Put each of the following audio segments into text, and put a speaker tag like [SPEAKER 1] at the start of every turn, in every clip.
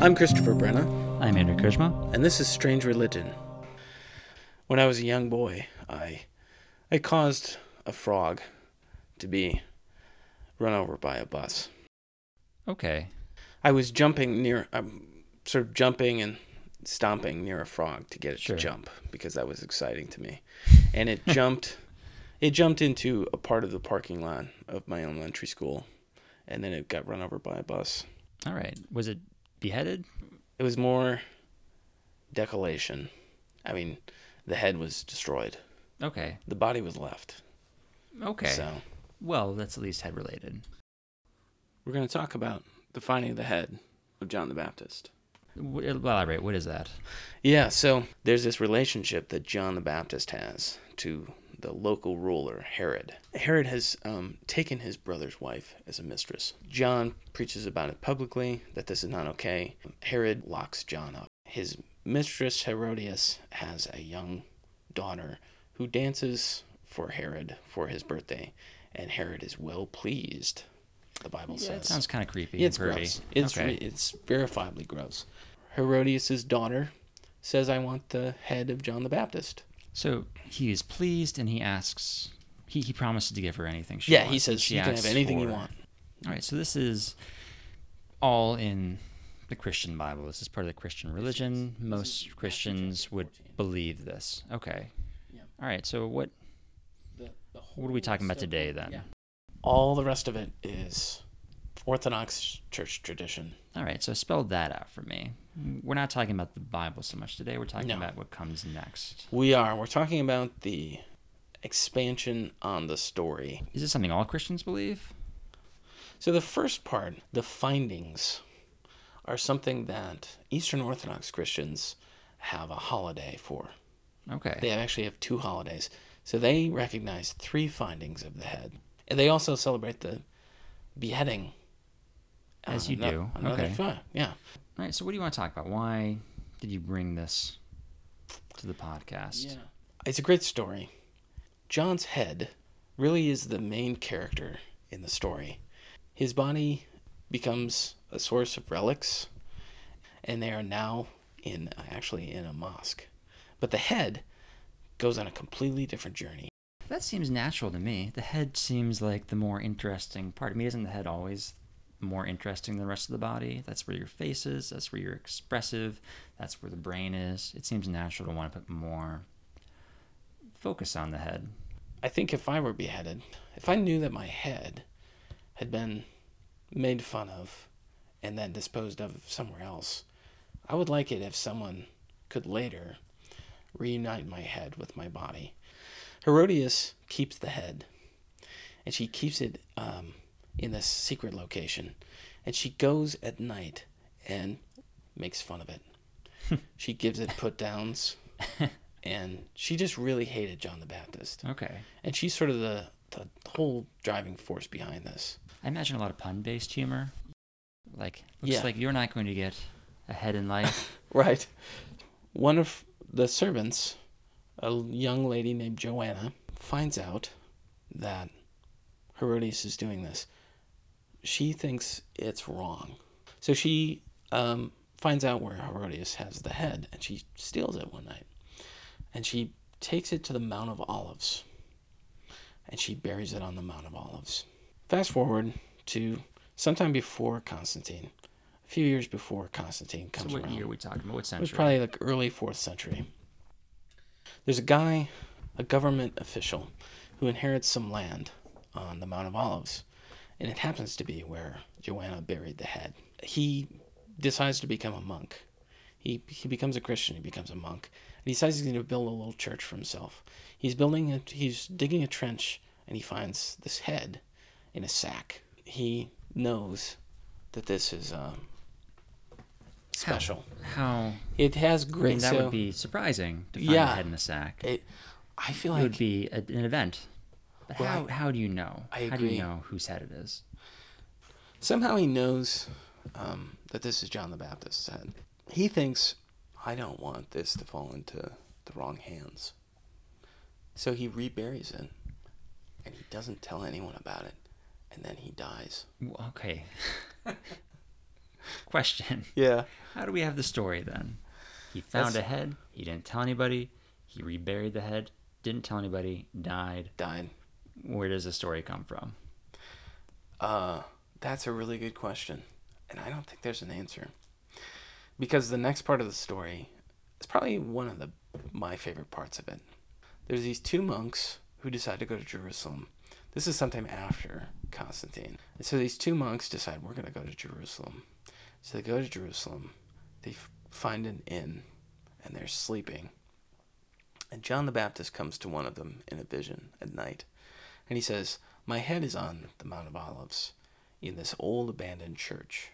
[SPEAKER 1] I'm Christopher Brenna,
[SPEAKER 2] I'm Andrew Kirschma.
[SPEAKER 1] and this is Strange Religion. When I was a young boy, I, I caused a frog to be run over by a bus.
[SPEAKER 2] Okay.
[SPEAKER 1] I was jumping near, I'm sort of jumping and stomping near a frog to get it
[SPEAKER 2] Sure.
[SPEAKER 1] to jump because that was exciting to me. And it jumped, it jumped into a part of the parking lot of my elementary school, and then it got run over by a bus.
[SPEAKER 2] All right. Was it beheaded?
[SPEAKER 1] It was more decollation. I mean, the head was destroyed.
[SPEAKER 2] Okay.
[SPEAKER 1] The body was left.
[SPEAKER 2] Okay.
[SPEAKER 1] So
[SPEAKER 2] Well, that's at least head related.
[SPEAKER 1] we're going to talk about the finding of the head of John the Baptist.
[SPEAKER 2] W- uh, Elaborate. What is that?
[SPEAKER 1] Yeah, so there's this relationship that John the Baptist has to the local ruler, Herod. Herod has um, taken his brother's wife as a mistress. John preaches about it publicly that this is not okay. Herod locks John up. His mistress, Herodias, has a young daughter who dances for Herod for his birthday, and Herod is well pleased, the Bible
[SPEAKER 2] That
[SPEAKER 1] says.
[SPEAKER 2] sounds kind of creepy.
[SPEAKER 1] Yeah, it's
[SPEAKER 2] and pervy.
[SPEAKER 1] gross. It's
[SPEAKER 2] okay.
[SPEAKER 1] re- it's verifiably gross. Herodias's daughter says, "I want the head of John the Baptist."
[SPEAKER 2] so he is pleased and he asks. He, he promises to give her anything she
[SPEAKER 1] yeah,
[SPEAKER 2] wants.
[SPEAKER 1] he says
[SPEAKER 2] She
[SPEAKER 1] you can have
[SPEAKER 2] asks
[SPEAKER 1] anything you
[SPEAKER 2] for-
[SPEAKER 1] want.
[SPEAKER 2] All right. So this is all in the Christian Bible. This is part of the Christian religion. Most Christians would believe this. Okay.
[SPEAKER 1] Yeah.
[SPEAKER 2] All right. So what what are we talking about today then?
[SPEAKER 1] All the rest of it is Orthodox church tradition.
[SPEAKER 2] All right, so spell that out for me. We're not talking about the Bible so much today. We're talking
[SPEAKER 1] No.
[SPEAKER 2] about what comes next.
[SPEAKER 1] We are. We're talking about the expansion on the story.
[SPEAKER 2] Is this something all Christians believe?
[SPEAKER 1] So the first part, the findings, are something that Eastern Orthodox Christians have a holiday for.
[SPEAKER 2] Okay.
[SPEAKER 1] They actually have two holidays. So they recognize three findings of the head. And they also celebrate the beheading. Uh,
[SPEAKER 2] As you
[SPEAKER 1] ano-
[SPEAKER 2] do.
[SPEAKER 1] another
[SPEAKER 2] Okay.
[SPEAKER 1] fi- Yeah.
[SPEAKER 2] All right, so what do you want to talk about? Why did you bring this to the podcast?
[SPEAKER 1] It's a great story. John's head really is the main character in the story. His body becomes a source of relics, and they are now in actually in a mosque. But the head goes on a completely different journey.
[SPEAKER 2] That seems natural to me. The head seems like the more interesting part. I mean, isn't the head always more interesting than the rest of the body? That's where your face is, that's where you're expressive, that's where the brain is. It seems natural to want to put more focus on the head.
[SPEAKER 1] I think if I were beheaded, if I knew that my head had been made fun of and then disposed of somewhere else, I would like it if someone could later reunite my head with my body. Herodias keeps the head, and she keeps it um, in this secret location, and she goes at night and makes fun of it. she gives it put downs, and she just really hated John the Baptist
[SPEAKER 2] Okay.
[SPEAKER 1] and she's sort of the the whole driving force behind this.
[SPEAKER 2] I imagine a lot of pun based humor. Like, looks
[SPEAKER 1] Yeah.
[SPEAKER 2] like you're not going to get ahead in life.
[SPEAKER 1] Right. One of the servants, a young lady named Joanna, finds out that Herodias is doing this. She thinks it's wrong, so she um, finds out where Herodias has the head, and she steals it one night, and she takes it to the Mount of Olives, and she buries it on the Mount of Olives. Fast forward to sometime before Constantine, a few years before Constantine
[SPEAKER 2] so,
[SPEAKER 1] comes
[SPEAKER 2] what
[SPEAKER 1] around.
[SPEAKER 2] year are we talking about? What
[SPEAKER 1] It was
[SPEAKER 2] century?
[SPEAKER 1] probably like early fourth century. There's a guy, a government official, who inherits some land on the Mount of Olives, and it happens to be where Joanna buried the head. He decides to become a monk. He he becomes a Christian. He becomes a monk. And he decides he's going to build a little church for himself. He's building a he's digging a trench, and he finds this head in a sack. He knows that this is um, special.
[SPEAKER 2] How?
[SPEAKER 1] It has
[SPEAKER 2] I
[SPEAKER 1] great.
[SPEAKER 2] mean, that
[SPEAKER 1] so,
[SPEAKER 2] would be surprising to find
[SPEAKER 1] Yeah.
[SPEAKER 2] a head in the sack. It,
[SPEAKER 1] It, I feel
[SPEAKER 2] would
[SPEAKER 1] like
[SPEAKER 2] be a, an event. But
[SPEAKER 1] Well,
[SPEAKER 2] how, how do you know?
[SPEAKER 1] I
[SPEAKER 2] How do
[SPEAKER 1] agree.
[SPEAKER 2] you know whose head it is?
[SPEAKER 1] somehow he knows um, that this is John the Baptist's head. He thinks, I don't want this to fall into the wrong hands. So he reburies it, and he doesn't tell anyone about it, and then he dies.
[SPEAKER 2] W- Okay. Question
[SPEAKER 1] Yeah.
[SPEAKER 2] How do we have the story then? He found
[SPEAKER 1] That's-
[SPEAKER 2] a head. He didn't tell anybody. He reburied the head. Didn't tell anybody. Died.
[SPEAKER 1] Died.
[SPEAKER 2] Where does the story come from?
[SPEAKER 1] Uh, that's a really good question, and I don't think there's an answer. Because the next part of the story is probably one of the my favorite parts of it. There's these two monks who decide to go to Jerusalem. This is sometime after Constantine. And so these two monks decide we're going to go to Jerusalem. So they go to Jerusalem. They f- find an inn and they're sleeping. And John the Baptist comes to one of them in a vision at night. And he says, My head is on the Mount of Olives in this old abandoned church.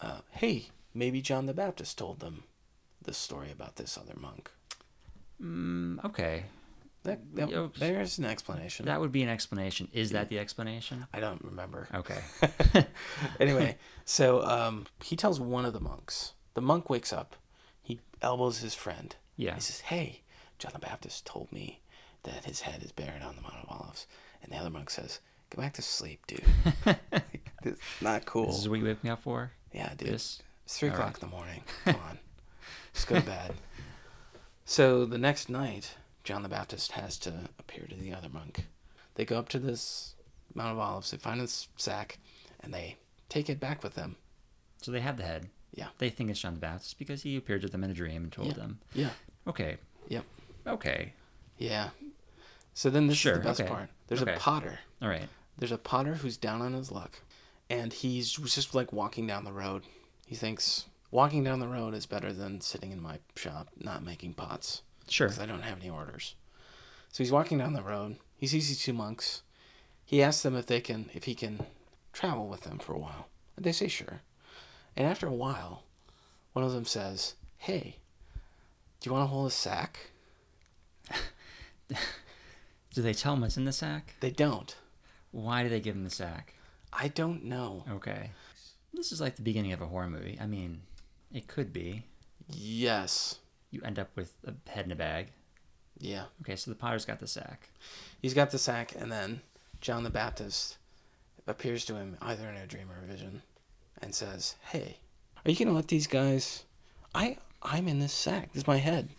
[SPEAKER 1] Uh, hey, maybe John the Baptist told them the story about this other monk.
[SPEAKER 2] Mm, okay,
[SPEAKER 1] That, that-
[SPEAKER 2] Yikes.
[SPEAKER 1] there's an explanation.
[SPEAKER 2] that would be an explanation. Is that the explanation?
[SPEAKER 1] I don't remember.
[SPEAKER 2] Okay.
[SPEAKER 1] anyway, so um, he tells one of the monks. The monk wakes up. He elbows his friend.
[SPEAKER 2] Yeah.
[SPEAKER 1] He says, "Hey, John the Baptist told me that his head is buried on the Mount of Olives." And the other monk says, "Go back to sleep, dude. Like, this- not cool."
[SPEAKER 2] This is what you wake me up for.
[SPEAKER 1] yeah, dude.
[SPEAKER 2] This.
[SPEAKER 1] It's three
[SPEAKER 2] All
[SPEAKER 1] o'clock in the morning. Come on. Let's go to bed. So the next night, John the Baptist has to appear to the other monk. They go up to this Mount of Olives, they find this sack, and they take it back with them.
[SPEAKER 2] So they have the head.
[SPEAKER 1] Yeah.
[SPEAKER 2] They think it's John the Baptist because he appeared to them in a dream and told
[SPEAKER 1] Yeah.
[SPEAKER 2] them.
[SPEAKER 1] Yeah.
[SPEAKER 2] Okay.
[SPEAKER 1] Yep.
[SPEAKER 2] Okay.
[SPEAKER 1] Yeah. So then this is
[SPEAKER 2] Sure,
[SPEAKER 1] the best
[SPEAKER 2] okay.
[SPEAKER 1] part. There's
[SPEAKER 2] Okay.
[SPEAKER 1] a potter.
[SPEAKER 2] All right.
[SPEAKER 1] There's a potter who's down on his luck, and he's just like walking down the road. He thinks walking down the road is better than sitting in my shop not making pots.
[SPEAKER 2] Sure.
[SPEAKER 1] because I don't have any orders. So he's walking down the road. He sees these two monks. He asks them if they can, if he can travel with them for a while. And they say sure. And after a while, one of them says, "Hey, do you want to hold a sack?"
[SPEAKER 2] Do they tell him what's in the sack?
[SPEAKER 1] They don't.
[SPEAKER 2] Why do they give him the sack?
[SPEAKER 1] I don't know.
[SPEAKER 2] Okay. This is like the beginning of a horror movie. I mean, it could be.
[SPEAKER 1] Yes.
[SPEAKER 2] You end up with a head in a bag.
[SPEAKER 1] Yeah.
[SPEAKER 2] Okay, so the potter's got the sack.
[SPEAKER 1] He's got the sack, and then John the Baptist appears to him either in a dream or a vision, and says, "Hey, are you gonna let these guys? I I'm in this sack. This is my head.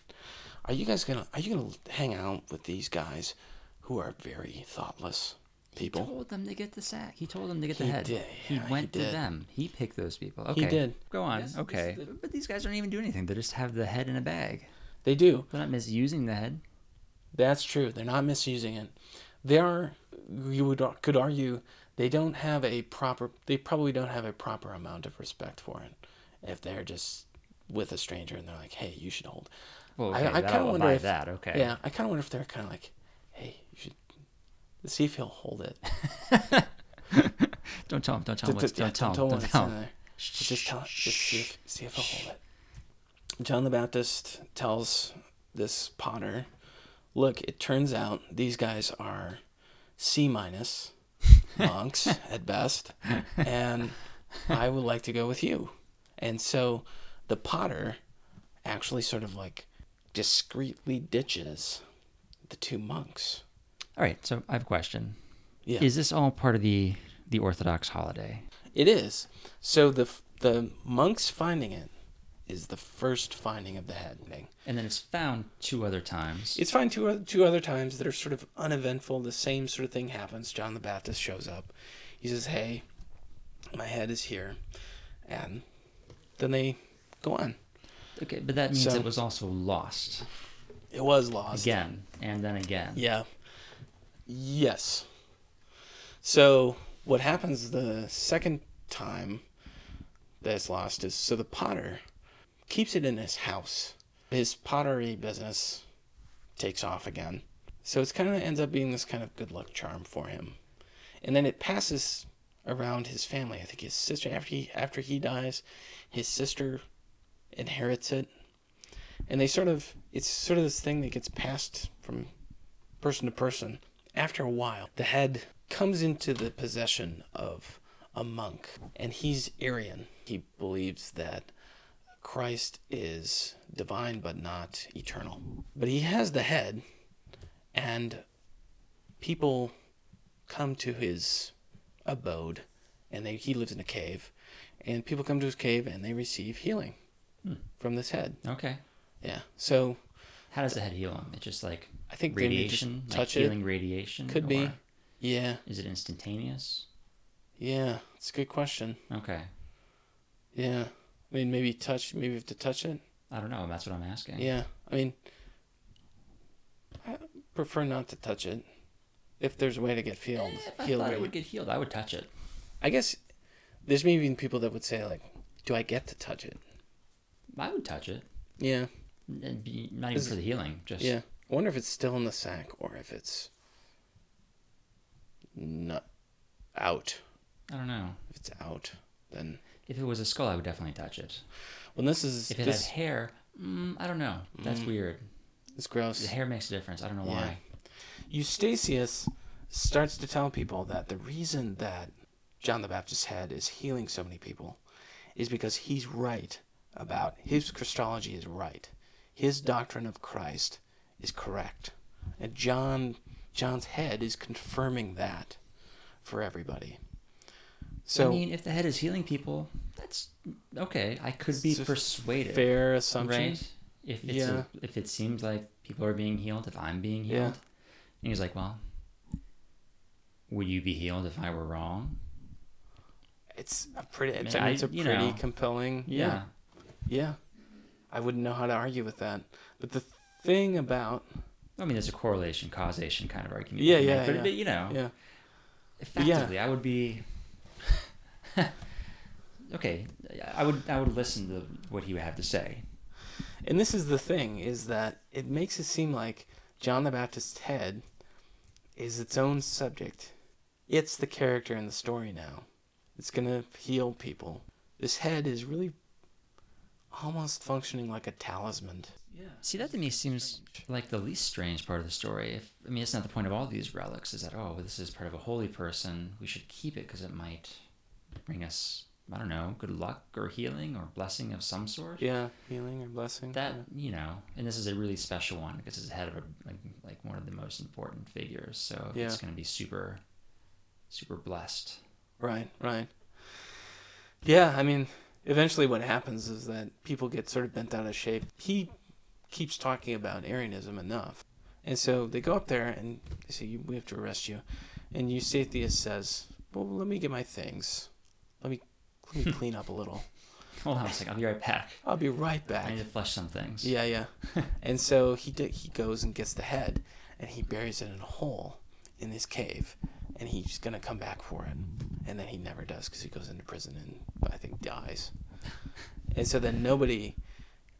[SPEAKER 1] Are you guys gonna Are you gonna hang out with these guys, who are very thoughtless
[SPEAKER 2] He
[SPEAKER 1] people?
[SPEAKER 2] told them to get the sack. He told them to get the
[SPEAKER 1] He
[SPEAKER 2] head.
[SPEAKER 1] did,
[SPEAKER 2] He
[SPEAKER 1] yeah, he
[SPEAKER 2] went to
[SPEAKER 1] did.
[SPEAKER 2] them. He picked those people. Okay.
[SPEAKER 1] did.
[SPEAKER 2] Go on.
[SPEAKER 1] This- this
[SPEAKER 2] okay.
[SPEAKER 1] is the-
[SPEAKER 2] But these guys don't even do anything. They just have the head in a bag.
[SPEAKER 1] They do.
[SPEAKER 2] They're not misusing the head.
[SPEAKER 1] That's true. They're not misusing it. They are. You would could argue they don't have a proper. They probably don't have a proper amount of respect for it. If they're just with a stranger and they're like, "Hey, you should hold."
[SPEAKER 2] Well,
[SPEAKER 1] I-
[SPEAKER 2] okay,
[SPEAKER 1] I
[SPEAKER 2] I,
[SPEAKER 1] kinda
[SPEAKER 2] kind of
[SPEAKER 1] wonder
[SPEAKER 2] buy
[SPEAKER 1] if-
[SPEAKER 2] that. Okay.
[SPEAKER 1] Yeah, I kind of wonder if they're kind of like, "Hey, you should see if he'll hold it."
[SPEAKER 2] Don't tell him. Don't tell him. What's,
[SPEAKER 1] Yeah,
[SPEAKER 2] don't tell him.
[SPEAKER 1] him
[SPEAKER 2] Don't
[SPEAKER 1] what's
[SPEAKER 2] tell
[SPEAKER 1] in
[SPEAKER 2] him.
[SPEAKER 1] there. But just tell him. Just see if, see if he'll hold it. John the Baptist tells this Potter, "Look, it turns out these guys are C minus monks at best, and I would like to go with you." And so, the Potter actually sort of like discreetly ditches the two monks.
[SPEAKER 2] All right. So I have a question.
[SPEAKER 1] Yeah.
[SPEAKER 2] Is this all part of the the Orthodox holiday?
[SPEAKER 1] It is. So the f- the monks finding it is the first finding of the head thing.
[SPEAKER 2] And then it's found two other times.
[SPEAKER 1] It's fine two other, two other times that are sort of uneventful. The same sort of thing happens. John the Baptist shows up. He says, "Hey, my head is here," and then they go on.
[SPEAKER 2] okay, but that means
[SPEAKER 1] So-
[SPEAKER 2] it was also lost
[SPEAKER 1] It was lost.
[SPEAKER 2] again and then again.
[SPEAKER 1] Yeah. Yes. So what happens the second time that it's lost is so the potter keeps it in his house. His pottery business takes off again. So it's kind of ends up being this kind of good luck charm for him. And then it passes around his family. I think his sister after he after he dies, his sister inherits it. And they sort of it's sort of this thing that gets passed from person to person. After a while, the head comes into the possession of a monk, and he's Arian. He believes that Christ is divine but not eternal. But he has the head, and people come to his abode, and they, he lives in a cave, and people come to his cave and they receive healing
[SPEAKER 2] Hmm.
[SPEAKER 1] from this head.
[SPEAKER 2] Okay.
[SPEAKER 1] Yeah. So
[SPEAKER 2] How does the head heal him? It just like
[SPEAKER 1] I think they may just
[SPEAKER 2] radiation, like
[SPEAKER 1] touch it.
[SPEAKER 2] healing radiation.
[SPEAKER 1] Could be.
[SPEAKER 2] or
[SPEAKER 1] Yeah.
[SPEAKER 2] Is it instantaneous?
[SPEAKER 1] Yeah. It's a good question.
[SPEAKER 2] Okay.
[SPEAKER 1] Yeah. I mean, maybe touch. Maybe you have to touch it.
[SPEAKER 2] I don't know. That's what I'm asking.
[SPEAKER 1] Yeah. I mean, I prefer not to touch it. If there's a way to get healed,
[SPEAKER 2] Eh, If I
[SPEAKER 1] healed,
[SPEAKER 2] thought
[SPEAKER 1] radi-
[SPEAKER 2] it would get healed, I would touch it.
[SPEAKER 1] I guess there's maybe even people that would say like, "Do I get to touch it?"
[SPEAKER 2] I would touch it,
[SPEAKER 1] Yeah,
[SPEAKER 2] and be, not even
[SPEAKER 1] Is-
[SPEAKER 2] for the healing. Just
[SPEAKER 1] yeah. I wonder if it's still in the sack or if it's not out.
[SPEAKER 2] I don't know.
[SPEAKER 1] If it's out, then
[SPEAKER 2] If it was a skull, I would definitely touch it.
[SPEAKER 1] well, this is
[SPEAKER 2] If it
[SPEAKER 1] this
[SPEAKER 2] had hair, mm, I don't know. That's weird.
[SPEAKER 1] is
[SPEAKER 2] The
[SPEAKER 1] gross.
[SPEAKER 2] hair makes a difference. I don't know
[SPEAKER 1] Yeah.
[SPEAKER 2] why.
[SPEAKER 1] Eustachius starts to tell people that the reason that John the Baptist's head is healing so many people is because he's right about his Christology is right. His doctrine of Christ is correct. And John John's head is confirming that for everybody. So
[SPEAKER 2] I mean, if the head is healing people, that's okay. I could be
[SPEAKER 1] It's a
[SPEAKER 2] persuaded,
[SPEAKER 1] fair assumption.
[SPEAKER 2] right? If it's
[SPEAKER 1] Yeah.
[SPEAKER 2] a, if it seems like people are being healed, if I'm being
[SPEAKER 1] Yeah.
[SPEAKER 2] healed, and he's like, well, would you be healed if I were wrong?
[SPEAKER 1] It's a pretty it's,
[SPEAKER 2] I mean,
[SPEAKER 1] I mean, it's
[SPEAKER 2] I-
[SPEAKER 1] a
[SPEAKER 2] you
[SPEAKER 1] pretty
[SPEAKER 2] know.
[SPEAKER 1] compelling Yeah. I wouldn't know how to argue with that. But the thing about
[SPEAKER 2] I mean, there's a correlation, causation kind of argument.
[SPEAKER 1] Yeah,
[SPEAKER 2] you can
[SPEAKER 1] yeah,
[SPEAKER 2] make, but,
[SPEAKER 1] yeah.
[SPEAKER 2] but, you know,
[SPEAKER 1] yeah.
[SPEAKER 2] effectively, I would be. okay, I would I would listen to what he would have to say.
[SPEAKER 1] And this is the thing is that it makes it seem like John the Baptist's head is its own subject. It's the character in the story now. It's going to heal people. This head is really almost functioning like a talisman.
[SPEAKER 2] See, that to me seems like the least strange part of the story. If I mean, it's not the point of all these relics. Is that oh, this is part of a holy person. We should keep it because it might bring us I don't know good luck or healing or blessing of some sort.
[SPEAKER 1] Yeah, healing or blessing.
[SPEAKER 2] That you know, and this is a really special one because it's the head of a, like like one of the most important figures. So
[SPEAKER 1] Yeah.
[SPEAKER 2] it's going to be super, super blessed.
[SPEAKER 1] Right, right. Yeah, I mean, eventually what happens is that people get sort of bent out of shape. He keeps talking about Arianism enough. And so they go up there and they say, "You- We have to arrest you. And Eustathius says, Well, let me get my things. Let me, let me clean up a little.
[SPEAKER 2] Hold on a second. I'll be right back.
[SPEAKER 1] I'll be right
[SPEAKER 2] I
[SPEAKER 1] back.
[SPEAKER 2] need to flush some things.
[SPEAKER 1] Yeah, yeah. and so he d- he goes and gets the head, and he buries it in a hole in this cave, and he's gonna come back for it, and then he never does because he goes into prison and I think dies. And so then nobody,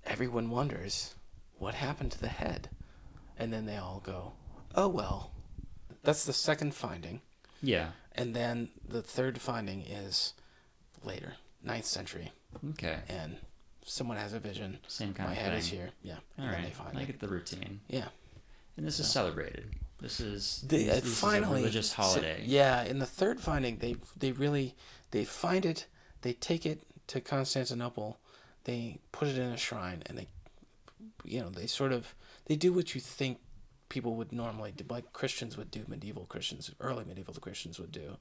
[SPEAKER 1] everyone wonders what happened to the head, and then they all go, oh well. That's the second finding,
[SPEAKER 2] Yeah.
[SPEAKER 1] and then the third finding is later, ninth century,
[SPEAKER 2] Okay.
[SPEAKER 1] and someone has a vision.
[SPEAKER 2] Same kind
[SPEAKER 1] My
[SPEAKER 2] of
[SPEAKER 1] head
[SPEAKER 2] thing.
[SPEAKER 1] is here. Yeah.
[SPEAKER 2] All
[SPEAKER 1] And then
[SPEAKER 2] right.
[SPEAKER 1] they find
[SPEAKER 2] I
[SPEAKER 1] it.
[SPEAKER 2] get the routine.
[SPEAKER 1] Yeah.
[SPEAKER 2] And this is celebrated. This is
[SPEAKER 1] They
[SPEAKER 2] this,
[SPEAKER 1] uh,
[SPEAKER 2] this
[SPEAKER 1] finally
[SPEAKER 2] is a religious
[SPEAKER 1] so-
[SPEAKER 2] holiday.
[SPEAKER 1] yeah, in the third finding, they they really they find it, they take it to Constantinople, they put it in a shrine, and they, you know, they sort of they do what you think people would normally do, like Christians would do, medieval Christians, early medieval Christians would do,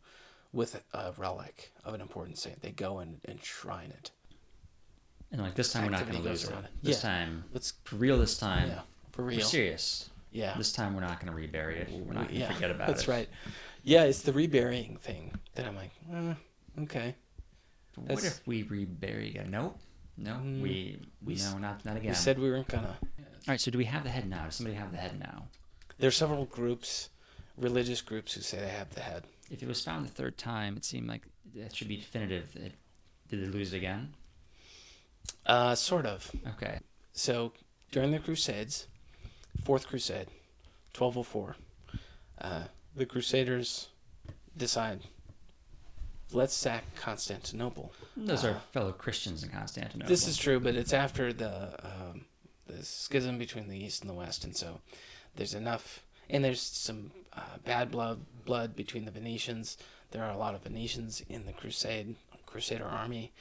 [SPEAKER 1] with a relic of an important saint. They go and enshrine it.
[SPEAKER 2] And like this time we're not going
[SPEAKER 1] Activity
[SPEAKER 2] to lose
[SPEAKER 1] goes
[SPEAKER 2] it.
[SPEAKER 1] around it. Yeah.
[SPEAKER 2] This time,
[SPEAKER 1] Let's
[SPEAKER 2] for real. This time,
[SPEAKER 1] yeah, for
[SPEAKER 2] we're
[SPEAKER 1] real.
[SPEAKER 2] serious.
[SPEAKER 1] Yeah.
[SPEAKER 2] This time we're not going to rebury it. We're not going to
[SPEAKER 1] yeah,
[SPEAKER 2] forget about
[SPEAKER 1] that's
[SPEAKER 2] it.
[SPEAKER 1] right. Yeah, it's the reburying thing that I'm like, eh, okay.
[SPEAKER 2] But What
[SPEAKER 1] That's-
[SPEAKER 2] if we rebury it? Nope. No,
[SPEAKER 1] Mm,
[SPEAKER 2] we,
[SPEAKER 1] we s-
[SPEAKER 2] no, not not again.
[SPEAKER 1] We said we weren't gonna.
[SPEAKER 2] All right. So do we have the head now? Does somebody have the head now?
[SPEAKER 1] There are several groups, religious groups, who say they have the head.
[SPEAKER 2] If it was found the third time, it seemed like that should be definitive. It, did they lose it again?
[SPEAKER 1] Uh, sort of.
[SPEAKER 2] Okay.
[SPEAKER 1] So during the Crusades, Fourth Crusade, 1204, uh, the Crusaders decide, let's sack Constantinople.
[SPEAKER 2] Those
[SPEAKER 1] Uh,
[SPEAKER 2] are fellow Christians in Constantinople.
[SPEAKER 1] This is true, but it's after the um, the schism between the East and the West, and so there's enough, and there's some uh, bad blood blood between the Venetians. There are a lot of Venetians in the Crusade Crusader army.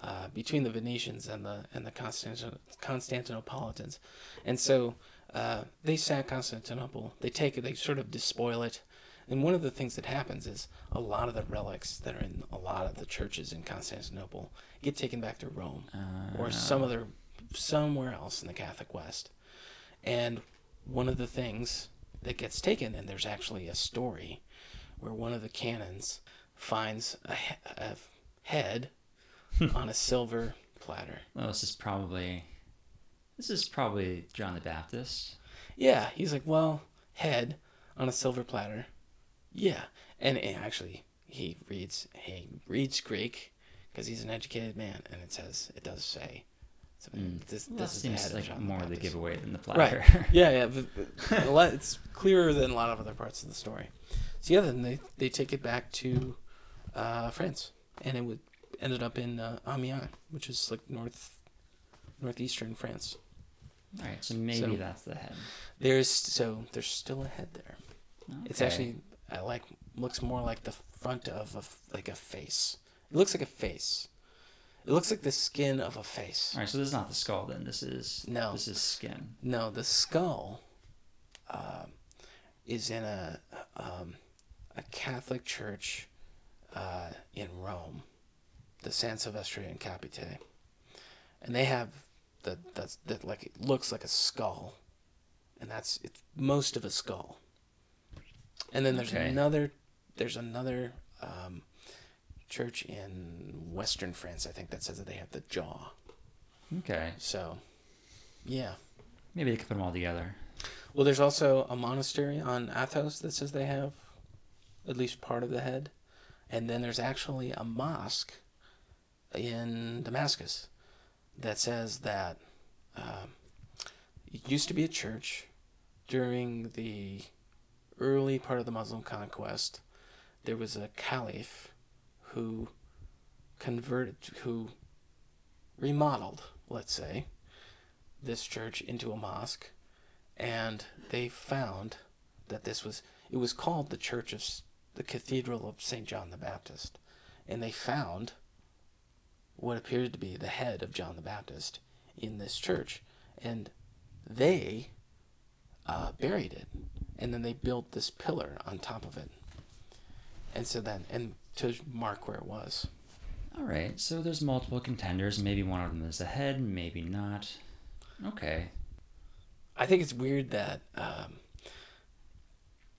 [SPEAKER 1] Uh, between the Venetians and the and the Constantin- Constantinopolitans, and so uh, they sack Constantinople. They take it. They sort of despoil it, And one of the things that happens is a lot of the relics that are in a lot of the churches in Constantinople get taken back to Rome
[SPEAKER 2] Uh,
[SPEAKER 1] or some other somewhere else in the Catholic West. And one of the things that gets taken, and there's actually a story where one of the canons finds a, he- a head
[SPEAKER 2] Hmm.
[SPEAKER 1] on a silver platter.
[SPEAKER 2] Well, this is probably this is probably John the Baptist.
[SPEAKER 1] Yeah, he's like, well, head on a silver platter. Yeah, and, and actually, he reads he reads Greek because he's an educated man, and it says it does say something. This,
[SPEAKER 2] Hmm. Well,
[SPEAKER 1] this
[SPEAKER 2] that
[SPEAKER 1] is the head
[SPEAKER 2] seems
[SPEAKER 1] of
[SPEAKER 2] like
[SPEAKER 1] John the
[SPEAKER 2] more the
[SPEAKER 1] Baptist.
[SPEAKER 2] giveaway than the platter.
[SPEAKER 1] Right. Yeah, yeah. but- but a lot- it's clearer than a lot of other parts of the story. So yeah, then they they take it back to uh, France, and it would ended up in uh, Amiens, which is like north northeastern France.
[SPEAKER 2] All right, so maybe
[SPEAKER 1] So-
[SPEAKER 2] that's the head.
[SPEAKER 1] There's so there's still a head there. It's
[SPEAKER 2] Okay.
[SPEAKER 1] actually I like looks more like the front of a f like a face. It looks like a face. It looks like the skin of a face.
[SPEAKER 2] all right. So this is not the skull. Then this is
[SPEAKER 1] No.
[SPEAKER 2] This is skin.
[SPEAKER 1] No, the skull um is in a um, a Catholic church uh, in Rome, the San Silvestrian Capite, and they have the that's that like it looks like a skull, and that's it's most of a skull. And then there's
[SPEAKER 2] Okay.
[SPEAKER 1] another there's another um, church in Western France, I think, that says that they have the jaw.
[SPEAKER 2] Okay.
[SPEAKER 1] So, yeah.
[SPEAKER 2] Maybe they could put them all together.
[SPEAKER 1] Well, there's also a monastery on Athos that says they have at least part of the head. And then there's actually a mosque in Damascus that says that um, it used to be a church during the early part of the Muslim conquest. There was a caliph who converted, who remodeled, let's say, this church into a mosque and they found that this was it was called the church of S- the cathedral of st john the baptist and they found what appeared to be the head of john the baptist in this church and they uh, buried it and then they built this pillar on top of it and so then and to mark where it was
[SPEAKER 2] All right. So there's multiple contenders. Maybe one of them is the head. Maybe not. Okay.
[SPEAKER 1] I think it's weird that um,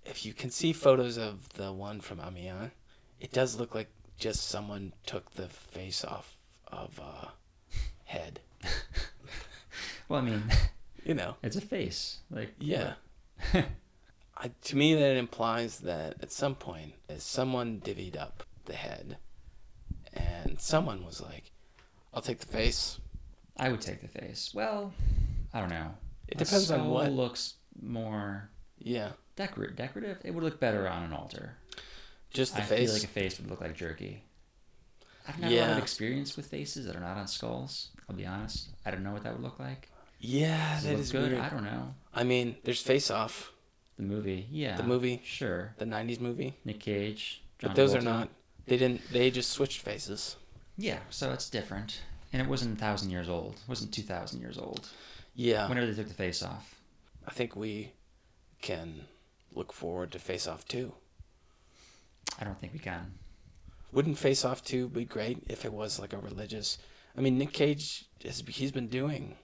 [SPEAKER 1] if you can see photos of the one from Amiens, it does look like just someone took the face off of uh, head.
[SPEAKER 2] Well, I mean,
[SPEAKER 1] You know,
[SPEAKER 2] it's a face. Like
[SPEAKER 1] yeah. I, to me, that implies that at some point, as someone divvied up the head, and someone was like, "I'll take the face."
[SPEAKER 2] I would take the face. Well, I don't know.
[SPEAKER 1] It
[SPEAKER 2] A
[SPEAKER 1] depends on
[SPEAKER 2] skull
[SPEAKER 1] what-
[SPEAKER 2] looks more
[SPEAKER 1] Yeah,
[SPEAKER 2] decorative. Decorative. It would look better on an altar.
[SPEAKER 1] just the
[SPEAKER 2] I
[SPEAKER 1] face.
[SPEAKER 2] feel like a face would look like jerky. I've not a lot
[SPEAKER 1] Yeah.
[SPEAKER 2] of experience with faces that are not on skulls. I'll be honest. I don't know what that would look like.
[SPEAKER 1] yeah,
[SPEAKER 2] Does it
[SPEAKER 1] that
[SPEAKER 2] look
[SPEAKER 1] is
[SPEAKER 2] good?
[SPEAKER 1] weird.
[SPEAKER 2] I don't know.
[SPEAKER 1] I mean, there's Face Off,
[SPEAKER 2] The movie, yeah.
[SPEAKER 1] the movie,
[SPEAKER 2] sure.
[SPEAKER 1] the '90s movie.
[SPEAKER 2] Nick Cage.
[SPEAKER 1] But
[SPEAKER 2] John
[SPEAKER 1] those are
[SPEAKER 2] Travolta.
[SPEAKER 1] not. They didn't. They just switched faces.
[SPEAKER 2] Yeah, so it's different, and it wasn't a thousand years old. It wasn't two thousand years old.
[SPEAKER 1] Yeah,
[SPEAKER 2] Whenever they took the face off.
[SPEAKER 1] I think we can look forward to Face Off Two.
[SPEAKER 2] I don't think we can.
[SPEAKER 1] Wouldn't Face Off Two be great if it was like a religious? I mean, Nick Cage has he's been doing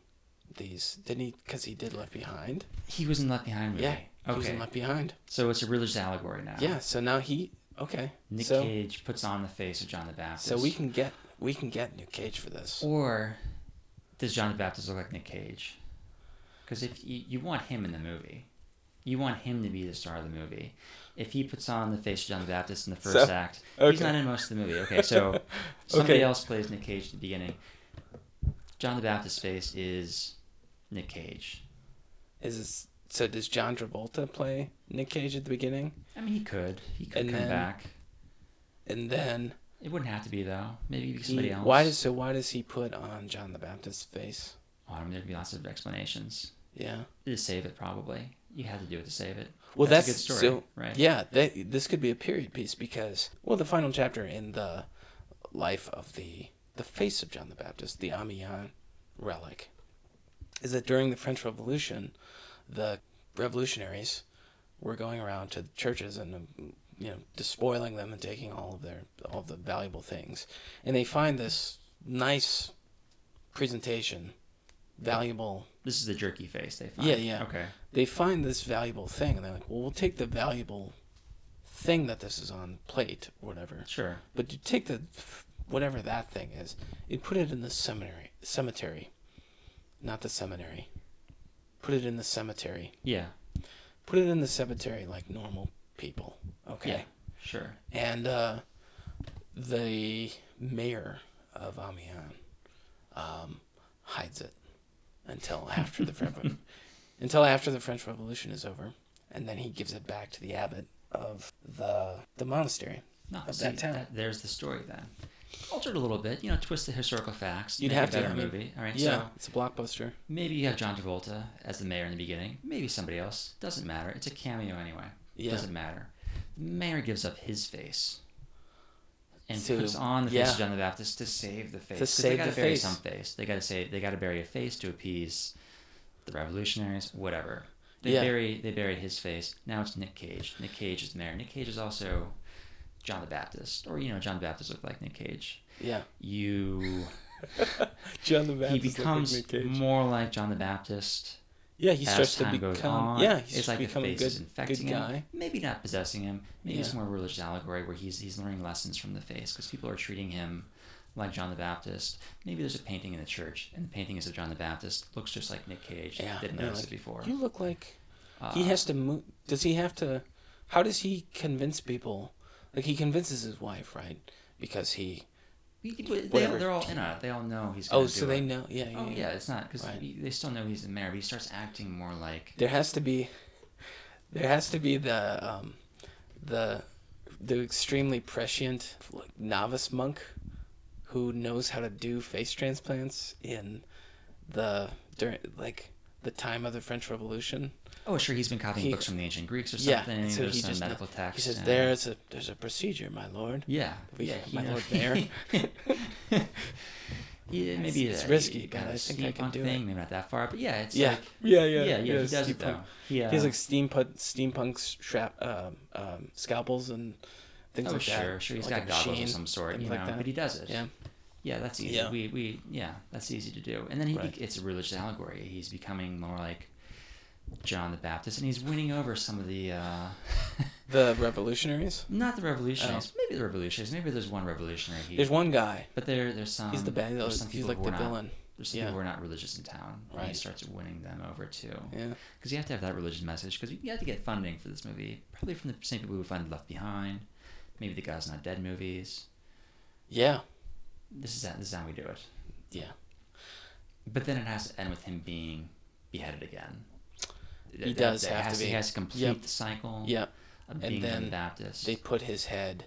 [SPEAKER 1] these, didn't he? Because he did Left Behind.
[SPEAKER 2] He was in Left Behind movie.
[SPEAKER 1] Yeah, he was
[SPEAKER 2] Okay.
[SPEAKER 1] in Left Behind.
[SPEAKER 2] So it's a religious allegory now.
[SPEAKER 1] Yeah, so now he okay.
[SPEAKER 2] Nick
[SPEAKER 1] so
[SPEAKER 2] Cage puts on the face of John the Baptist.
[SPEAKER 1] so we can get we can get Nick Cage for this.
[SPEAKER 2] Or does John the Baptist look like Nick Cage? Because if you, you want him in the movie, you want him to be the star of the movie. If he puts on the face of John the Baptist in the first
[SPEAKER 1] So-
[SPEAKER 2] act, he's
[SPEAKER 1] okay.
[SPEAKER 2] not in most of the movie. Okay, so somebody
[SPEAKER 1] Okay.
[SPEAKER 2] else plays Nick Cage at the beginning. John the Baptist's face is Nick Cage.
[SPEAKER 1] Is this, so? Does John Travolta play Nick Cage at the beginning,
[SPEAKER 2] I mean, he could. He could
[SPEAKER 1] And
[SPEAKER 2] come
[SPEAKER 1] then-
[SPEAKER 2] back.
[SPEAKER 1] and then
[SPEAKER 2] It wouldn't have to be though. Maybe it'd be
[SPEAKER 1] he-
[SPEAKER 2] somebody else.
[SPEAKER 1] why does so? Why does he put on John the Baptist's face?
[SPEAKER 2] Oh, I mean, there'd be lots of explanations.
[SPEAKER 1] Yeah.
[SPEAKER 2] To save it, probably. You had to do it to save it.
[SPEAKER 1] Well, that's,
[SPEAKER 2] a good story,
[SPEAKER 1] so.
[SPEAKER 2] right?
[SPEAKER 1] Yeah, that, this could be a period piece because well, the final chapter in the life of the the face of John the Baptist, the Amiens relic, is that during the French Revolution, the revolutionaries were going around to churches and um, you know despoiling them and taking all of their all the valuable things, and they find this nice presentation, valuable
[SPEAKER 2] This is the jerky face they find.
[SPEAKER 1] Yeah, yeah.
[SPEAKER 2] Okay.
[SPEAKER 1] they find this valuable thing and they're like, well, we'll take the valuable thing that this is on plate or whatever.
[SPEAKER 2] Sure.
[SPEAKER 1] But you take the whatever that thing is and put it in the seminary, cemetery, not the seminary. Put it in the cemetery.
[SPEAKER 2] Yeah.
[SPEAKER 1] Put it in the cemetery like normal people. Okay.
[SPEAKER 2] Sure.
[SPEAKER 1] And uh, the mayor of Amiens um, hides it until after the French, until after the French Revolution is over, and then he gives it back to the abbot of the the monastery.
[SPEAKER 2] No,
[SPEAKER 1] Of
[SPEAKER 2] see,
[SPEAKER 1] that town.
[SPEAKER 2] that- there's the story then. Altered a little bit, you know, twist the historical facts.
[SPEAKER 1] You'd
[SPEAKER 2] make a
[SPEAKER 1] have to,
[SPEAKER 2] better
[SPEAKER 1] I mean,
[SPEAKER 2] movie. All right,
[SPEAKER 1] yeah,
[SPEAKER 2] so
[SPEAKER 1] it's a blockbuster.
[SPEAKER 2] maybe you have John Travolta as the mayor in the beginning. Maybe somebody else. Doesn't matter. It's a cameo anyway.
[SPEAKER 1] Yeah.
[SPEAKER 2] Doesn't matter. The mayor gives up his face and
[SPEAKER 1] To-
[SPEAKER 2] puts on the face
[SPEAKER 1] yeah.
[SPEAKER 2] of John the Baptist to save the face. 'Cause they
[SPEAKER 1] save
[SPEAKER 2] gotta
[SPEAKER 1] the
[SPEAKER 2] bury
[SPEAKER 1] face.
[SPEAKER 2] some face. They gotta say they gotta bury a face to appease the revolutionaries. Whatever. They
[SPEAKER 1] Yeah.
[SPEAKER 2] bury they bury his face. Now it's Nick Cage. Nick Cage is the mayor. Nick Cage is also John the Baptist, or you know John the Baptist looked like Nick Cage.
[SPEAKER 1] Yeah,
[SPEAKER 2] You
[SPEAKER 1] John the
[SPEAKER 2] he becomes more like John the Baptist
[SPEAKER 1] yeah, he
[SPEAKER 2] as
[SPEAKER 1] starts to
[SPEAKER 2] time goes
[SPEAKER 1] become.
[SPEAKER 2] on,
[SPEAKER 1] Yeah, he
[SPEAKER 2] it's
[SPEAKER 1] starts
[SPEAKER 2] like
[SPEAKER 1] to
[SPEAKER 2] the
[SPEAKER 1] become a
[SPEAKER 2] face
[SPEAKER 1] good,
[SPEAKER 2] is
[SPEAKER 1] good
[SPEAKER 2] infecting
[SPEAKER 1] guy.
[SPEAKER 2] him. Maybe not possessing him. Maybe it's
[SPEAKER 1] Yeah.
[SPEAKER 2] more religious allegory where he's he's learning lessons from the face because people are treating him like John the Baptist. Maybe there's a painting in the church, and the painting is of John the Baptist. Looks just like Nick Cage.
[SPEAKER 1] Yeah,
[SPEAKER 2] Didn't
[SPEAKER 1] they're
[SPEAKER 2] notice
[SPEAKER 1] like,
[SPEAKER 2] it before.
[SPEAKER 1] You look like
[SPEAKER 2] Uh,
[SPEAKER 1] he has to move does he have to how does he convince people like he convinces his wife right because he
[SPEAKER 2] he could do it. they,
[SPEAKER 1] whatever.
[SPEAKER 2] they're all in on it. They all know he's. Gonna
[SPEAKER 1] oh so
[SPEAKER 2] do
[SPEAKER 1] they
[SPEAKER 2] it.
[SPEAKER 1] know yeah, yeah,
[SPEAKER 2] Oh
[SPEAKER 1] yeah.
[SPEAKER 2] yeah, it's not because
[SPEAKER 1] Right.
[SPEAKER 2] they still know he's the mayor, but he starts acting more like
[SPEAKER 1] there has to be there has to be the um the the extremely prescient like, novice monk who knows how to do face transplants in the during like the time of the French Revolution.
[SPEAKER 2] oh sure he's been copying
[SPEAKER 1] He-
[SPEAKER 2] books from the ancient Greeks or
[SPEAKER 1] Yeah,
[SPEAKER 2] something.
[SPEAKER 1] so
[SPEAKER 2] there's
[SPEAKER 1] he
[SPEAKER 2] some
[SPEAKER 1] just kn-
[SPEAKER 2] medical text.
[SPEAKER 1] He says
[SPEAKER 2] and-
[SPEAKER 1] there's a there's a procedure, my lord.
[SPEAKER 2] Yeah.
[SPEAKER 1] We-
[SPEAKER 2] yeah, he
[SPEAKER 1] my
[SPEAKER 2] knows-
[SPEAKER 1] Lord Mayor.
[SPEAKER 2] he, maybe
[SPEAKER 1] It's
[SPEAKER 2] uh,
[SPEAKER 1] risky,
[SPEAKER 2] he
[SPEAKER 1] but
[SPEAKER 2] got a
[SPEAKER 1] I think I can
[SPEAKER 2] steampunk
[SPEAKER 1] do it.
[SPEAKER 2] thing, Maybe not that far, but yeah, it's
[SPEAKER 1] Yeah.
[SPEAKER 2] like
[SPEAKER 1] yeah,
[SPEAKER 2] yeah, yeah, he does it
[SPEAKER 1] steampunk.
[SPEAKER 2] though. He, uh,
[SPEAKER 1] He has like steampunk steampunk strap um, um, scalpels and things
[SPEAKER 2] oh
[SPEAKER 1] like that.
[SPEAKER 2] sure, sure, he's
[SPEAKER 1] like
[SPEAKER 2] got goggles
[SPEAKER 1] machine,
[SPEAKER 2] of some sort,
[SPEAKER 1] things
[SPEAKER 2] you know,
[SPEAKER 1] like that.
[SPEAKER 2] but he does it.
[SPEAKER 1] Yeah,
[SPEAKER 2] Yeah, that's easy.
[SPEAKER 1] Yeah.
[SPEAKER 2] We, we yeah, that's easy to do. And then he
[SPEAKER 1] Right.
[SPEAKER 2] it's a religious allegory. He's becoming more like John the Baptist, and he's winning over some of the uh,
[SPEAKER 1] the revolutionaries.
[SPEAKER 2] not the revolutionaries, maybe the revolutionaries. Maybe there's one revolutionary. He,
[SPEAKER 1] Oh. There's one guy.
[SPEAKER 2] but there there's some.
[SPEAKER 1] He's the bad.
[SPEAKER 2] there's Um, some
[SPEAKER 1] He's
[SPEAKER 2] people
[SPEAKER 1] like
[SPEAKER 2] who
[SPEAKER 1] the
[SPEAKER 2] are not-
[SPEAKER 1] villain.
[SPEAKER 2] There's some
[SPEAKER 1] Yeah.
[SPEAKER 2] people who are not religious in town. Right. And he
[SPEAKER 1] Right.
[SPEAKER 2] starts winning them over too.
[SPEAKER 1] Yeah,
[SPEAKER 2] Because you have to have that religious message. Because you have to get funding for this movie, probably from the same people who funded Left Behind, maybe the God's Not Dead movies.
[SPEAKER 1] yeah,
[SPEAKER 2] This is how, this is how we do it.
[SPEAKER 1] yeah.
[SPEAKER 2] But then it has to end with him being beheaded again. He
[SPEAKER 1] does have to
[SPEAKER 2] He
[SPEAKER 1] be.
[SPEAKER 2] has to complete
[SPEAKER 1] Yep.
[SPEAKER 2] the cycle
[SPEAKER 1] Yeah,
[SPEAKER 2] of
[SPEAKER 1] and
[SPEAKER 2] being
[SPEAKER 1] then
[SPEAKER 2] a Baptist.
[SPEAKER 1] they put his head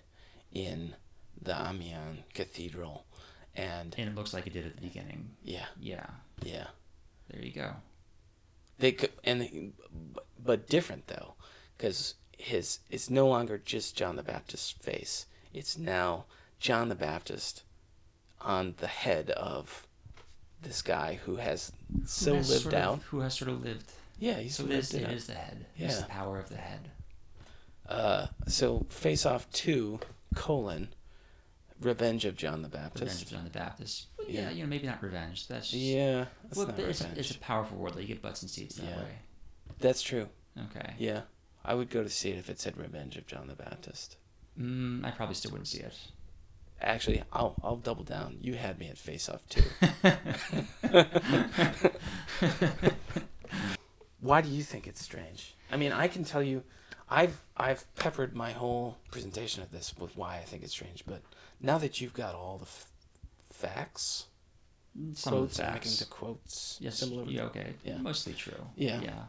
[SPEAKER 1] in the Amiens Cathedral, and
[SPEAKER 2] And it looks like he did at the beginning.
[SPEAKER 1] yeah,
[SPEAKER 2] Yeah,
[SPEAKER 1] yeah.
[SPEAKER 2] there you go.
[SPEAKER 1] They could and but- but different though, because his it's no longer just John the Baptist's face. It's now John the Baptist on the head of this guy who has
[SPEAKER 2] Who
[SPEAKER 1] so
[SPEAKER 2] has
[SPEAKER 1] lived
[SPEAKER 2] sort of-
[SPEAKER 1] out.
[SPEAKER 2] who has sort of lived.
[SPEAKER 1] Yeah, he's
[SPEAKER 2] so it is,
[SPEAKER 1] lived it.
[SPEAKER 2] it
[SPEAKER 1] out.
[SPEAKER 2] is the head. It's the
[SPEAKER 1] Yeah.
[SPEAKER 2] power of the head.
[SPEAKER 1] Uh, so Face Off Two colon Revenge of John the
[SPEAKER 2] Revenge
[SPEAKER 1] Baptist.
[SPEAKER 2] of John the Baptist. Well, yeah.
[SPEAKER 1] Yeah.
[SPEAKER 2] you know, maybe not revenge. That's just,
[SPEAKER 1] Yeah, that's
[SPEAKER 2] Well,
[SPEAKER 1] not
[SPEAKER 2] it's,
[SPEAKER 1] revenge.
[SPEAKER 2] it's a powerful word. Like you get butts and seats that
[SPEAKER 1] Yeah.
[SPEAKER 2] way.
[SPEAKER 1] That's true.
[SPEAKER 2] Okay.
[SPEAKER 1] Yeah, I would go to see it if it said Revenge of John the Baptist.
[SPEAKER 2] Mm, I probably still wouldn't see it.
[SPEAKER 1] Actually, I'll I'll double down. You had me at Face Off Two. Why do you think it's strange? I mean, I can tell you, I've I've peppered my whole presentation of this with why I think it's strange. But now that you've got all the f- facts,
[SPEAKER 2] Some
[SPEAKER 1] quotes,
[SPEAKER 2] of the
[SPEAKER 1] I'm making
[SPEAKER 2] facts.
[SPEAKER 1] the quotes
[SPEAKER 2] yes.
[SPEAKER 1] similar.
[SPEAKER 2] yeah, okay.
[SPEAKER 1] yeah.
[SPEAKER 2] Mostly true.
[SPEAKER 1] Yeah.
[SPEAKER 2] Yeah.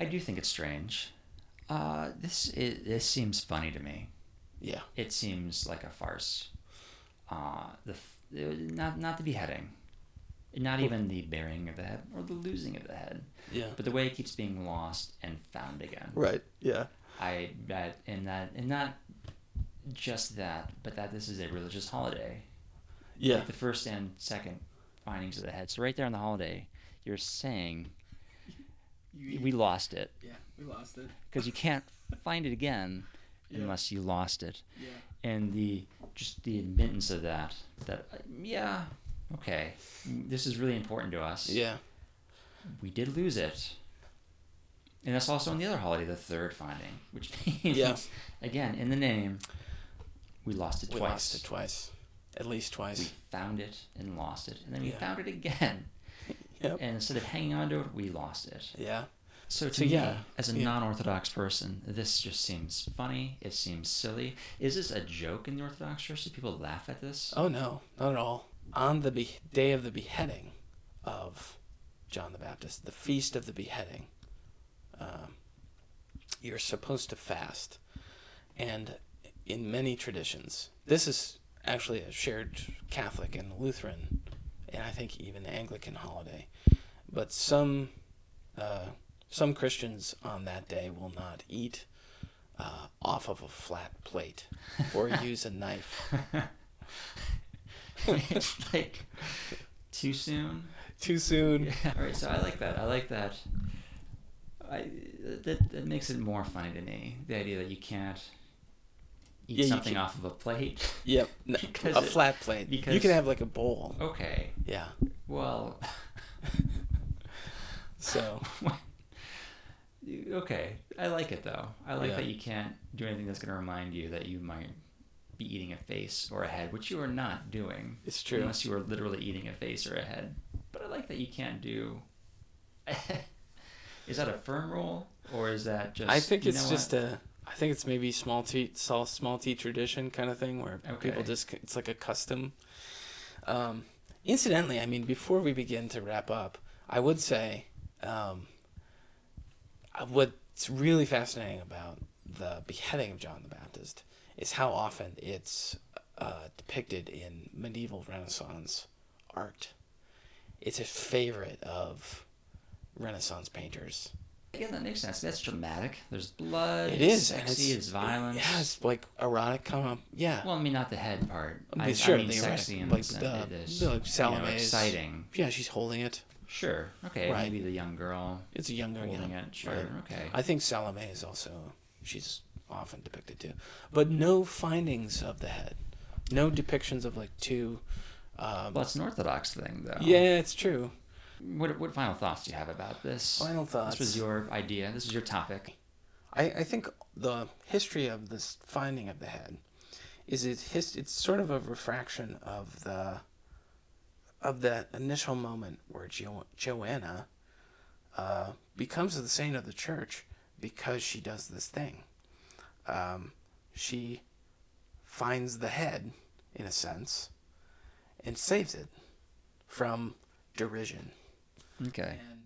[SPEAKER 2] I do think it's strange. Uh, this is, this seems funny to me.
[SPEAKER 1] Yeah,
[SPEAKER 2] It seems like a farce. Uh, the f- not not the beheading, not even the burying of the head or the losing of the head,
[SPEAKER 1] yeah,
[SPEAKER 2] but the way it keeps being lost and found again.
[SPEAKER 1] right, yeah,
[SPEAKER 2] I that and that and not just that, but that this is a religious holiday.
[SPEAKER 1] yeah,
[SPEAKER 2] Like the first and second findings of the head. So right there on the holiday, you're saying y- we lost it
[SPEAKER 3] yeah, we lost it.
[SPEAKER 2] because you can't find it again
[SPEAKER 3] Yeah.
[SPEAKER 2] unless you lost it.
[SPEAKER 3] Yeah.
[SPEAKER 2] And the just the admittance of that that uh, yeah okay this is really important to us.
[SPEAKER 1] Yeah.
[SPEAKER 2] We did lose it. And that's also on the other holiday, the third finding, which means
[SPEAKER 1] Yeah.
[SPEAKER 2] again in the name we lost it
[SPEAKER 1] We
[SPEAKER 2] twice.
[SPEAKER 1] lost it twice. At least
[SPEAKER 2] We
[SPEAKER 1] twice.
[SPEAKER 2] found it and lost it, and then we
[SPEAKER 1] Yeah.
[SPEAKER 2] found it again.
[SPEAKER 1] Yep.
[SPEAKER 2] And instead of hanging on to it, we lost it.
[SPEAKER 1] Yeah.
[SPEAKER 2] So to
[SPEAKER 1] So,
[SPEAKER 2] me,
[SPEAKER 1] yeah,
[SPEAKER 2] as a
[SPEAKER 1] yeah.
[SPEAKER 2] non-orthodox person, this just seems funny. It seems silly. Is this a joke in the Orthodox Church? Do people laugh at this?
[SPEAKER 1] Oh no, not at all. On the be- day of the beheading of John the Baptist, the feast of the beheading, um, you're supposed to fast, and in many traditions, this is actually a shared Catholic and Lutheran, and I think even Anglican holiday, but some uh, some Christians on that day will not eat uh, off of a flat plate or use a knife.
[SPEAKER 2] it's like too soon.
[SPEAKER 1] Too soon.
[SPEAKER 2] Yeah. All right. So I like that. I like that. I that that makes it more funny to me. The idea that you can't eat
[SPEAKER 1] Yeah, you
[SPEAKER 2] something
[SPEAKER 1] can't-
[SPEAKER 2] off of a plate.
[SPEAKER 1] Yep. n-
[SPEAKER 2] Because
[SPEAKER 1] a
[SPEAKER 2] it-
[SPEAKER 1] flat plate. You
[SPEAKER 2] because-
[SPEAKER 1] can have like a bowl.
[SPEAKER 2] Okay.
[SPEAKER 1] Yeah.
[SPEAKER 2] Well.
[SPEAKER 1] So
[SPEAKER 2] okay, I like it though. I like
[SPEAKER 1] Yeah.
[SPEAKER 2] that you can't do anything that's going to remind you that you might be eating a face or a head, which you are not doing
[SPEAKER 1] it's true.
[SPEAKER 2] unless you are literally eating a face or a head. But I like that you can't do. is that a firm rule or is that just?
[SPEAKER 1] I think
[SPEAKER 2] you
[SPEAKER 1] it's
[SPEAKER 2] know
[SPEAKER 1] just
[SPEAKER 2] what?
[SPEAKER 1] a. I think it's maybe small tea, small, small tea tradition kind of thing where people
[SPEAKER 2] Okay.
[SPEAKER 1] just c- it's like a custom. Um, incidentally, I mean, before we begin to wrap up, I would say um, uh, what's really fascinating about the beheading of John the Baptist is how often it's uh, depicted in medieval Renaissance art. It's a favorite of Renaissance painters.
[SPEAKER 2] yeah, that makes sense. That's dramatic. There's blood.
[SPEAKER 1] It
[SPEAKER 2] it's
[SPEAKER 1] is. and
[SPEAKER 2] sexy. It's, violence.
[SPEAKER 1] Yeah, it's like erotic come up. Yeah.
[SPEAKER 2] Well, I mean, not the head part.
[SPEAKER 1] I mean,
[SPEAKER 2] I,
[SPEAKER 1] sure,
[SPEAKER 2] I mean,
[SPEAKER 1] the
[SPEAKER 2] sexy
[SPEAKER 1] erect-
[SPEAKER 2] and
[SPEAKER 1] like
[SPEAKER 2] sen-
[SPEAKER 1] the-
[SPEAKER 2] it is,
[SPEAKER 1] the, like,
[SPEAKER 2] you know,
[SPEAKER 1] Salome's-
[SPEAKER 2] exciting.
[SPEAKER 1] yeah, she's holding it.
[SPEAKER 2] Sure. Okay.
[SPEAKER 1] Right.
[SPEAKER 2] Maybe the young girl
[SPEAKER 1] It's a younger
[SPEAKER 2] holding
[SPEAKER 1] young.
[SPEAKER 2] it. Sure.
[SPEAKER 1] right.
[SPEAKER 2] Okay.
[SPEAKER 1] I think Salome is also she's often depicted too, but no findings of the head, no depictions of like two. Um,
[SPEAKER 2] well, it's an orthodox thing, though.
[SPEAKER 1] yeah, it's true.
[SPEAKER 2] What What final thoughts do you have about this?
[SPEAKER 1] Final
[SPEAKER 2] This was
[SPEAKER 1] thoughts.
[SPEAKER 2] your idea. This was your topic.
[SPEAKER 1] I, I think the history of this finding of the head is it his, it's sort of a refraction of the of that initial moment where jo- Joanna uh, becomes the saint of the church because she does this thing. Um, she finds the head, in a sense, and saves it from derision
[SPEAKER 2] Okay.
[SPEAKER 1] and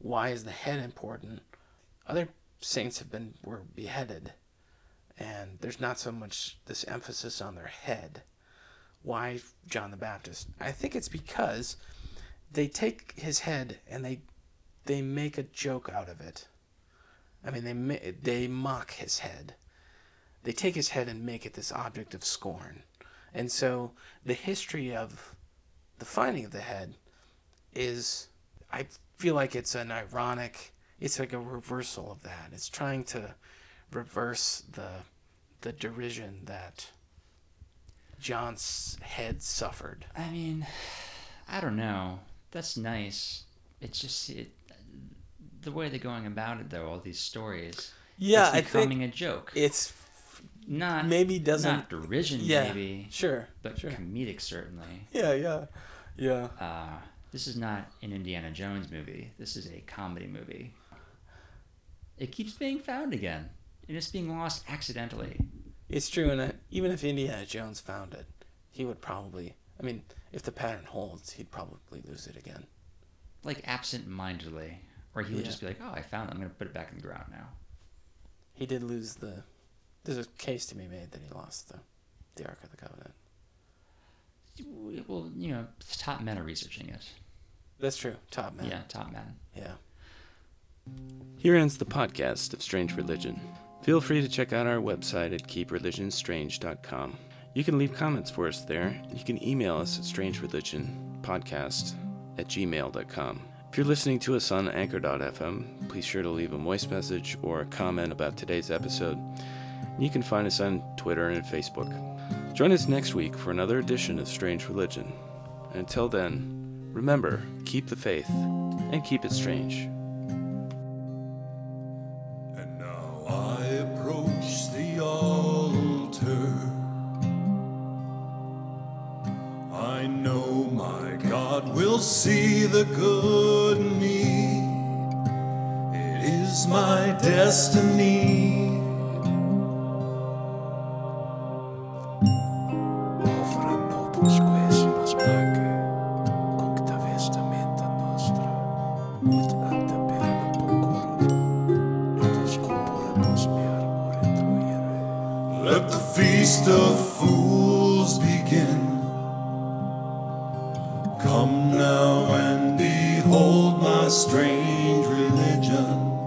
[SPEAKER 1] why is the head important? Other saints have been were beheaded, and there's not so much this emphasis on their head. Why John the Baptist? I think it's because they take his head and they they make a joke out of it. I mean, they ma- they mock his head. They take his head and make it this object of scorn, and so the history of the finding of the head is I feel like it's an ironic it's like a reversal of that. It's trying to reverse the the derision that John's head suffered.
[SPEAKER 2] I mean, I don't know. That's nice. It's just it, the way they're going about it, though. All these stories. it's becoming a joke.
[SPEAKER 1] it's
[SPEAKER 2] not
[SPEAKER 1] maybe doesn't-
[SPEAKER 2] not derision,
[SPEAKER 1] yeah.
[SPEAKER 2] maybe,
[SPEAKER 1] sure.
[SPEAKER 2] but comedic certainly.
[SPEAKER 1] Yeah, yeah. Yeah.
[SPEAKER 2] Uh, this is not an Indiana Jones movie. This is a comedy movie. It keeps being found again, and it's being lost accidentally.
[SPEAKER 1] It's true and I, even if Indiana Jones found it, he would probably I mean, if the pattern holds, he'd probably lose it again.
[SPEAKER 2] like absent-mindedly, or he would
[SPEAKER 1] Yeah.
[SPEAKER 2] just be like, "Oh, I found it. I'm gonna put it back in the ground now."
[SPEAKER 1] He did lose the there's a case to be made that he lost the the Ark of the Covenant.
[SPEAKER 2] Well, you know, top men are researching it.
[SPEAKER 1] That's true. Top man.
[SPEAKER 2] Yeah, top men.
[SPEAKER 1] Yeah. Here ends the podcast of Strange Religion. Feel free to check out our website at keepreligionstrange.com. You can leave comments for us there. You can email us at strangereligionpodcast at gmail.com. If you're listening to us on Anchor.fm, please sure to leave a voice message or a comment about today's episode. You can find us on Twitter and Facebook. Join us next week for another edition of Strange Religion. And until then, remember, keep the faith and keep it strange.
[SPEAKER 3] And now I approach the altar. I know my God will see the good in me. It is my destiny. Offrem nobis questionis pace, cuncta vestimenta nostra, ut ad taberna pocorum, let the feast of fools begin. Come now and behold my strange religion.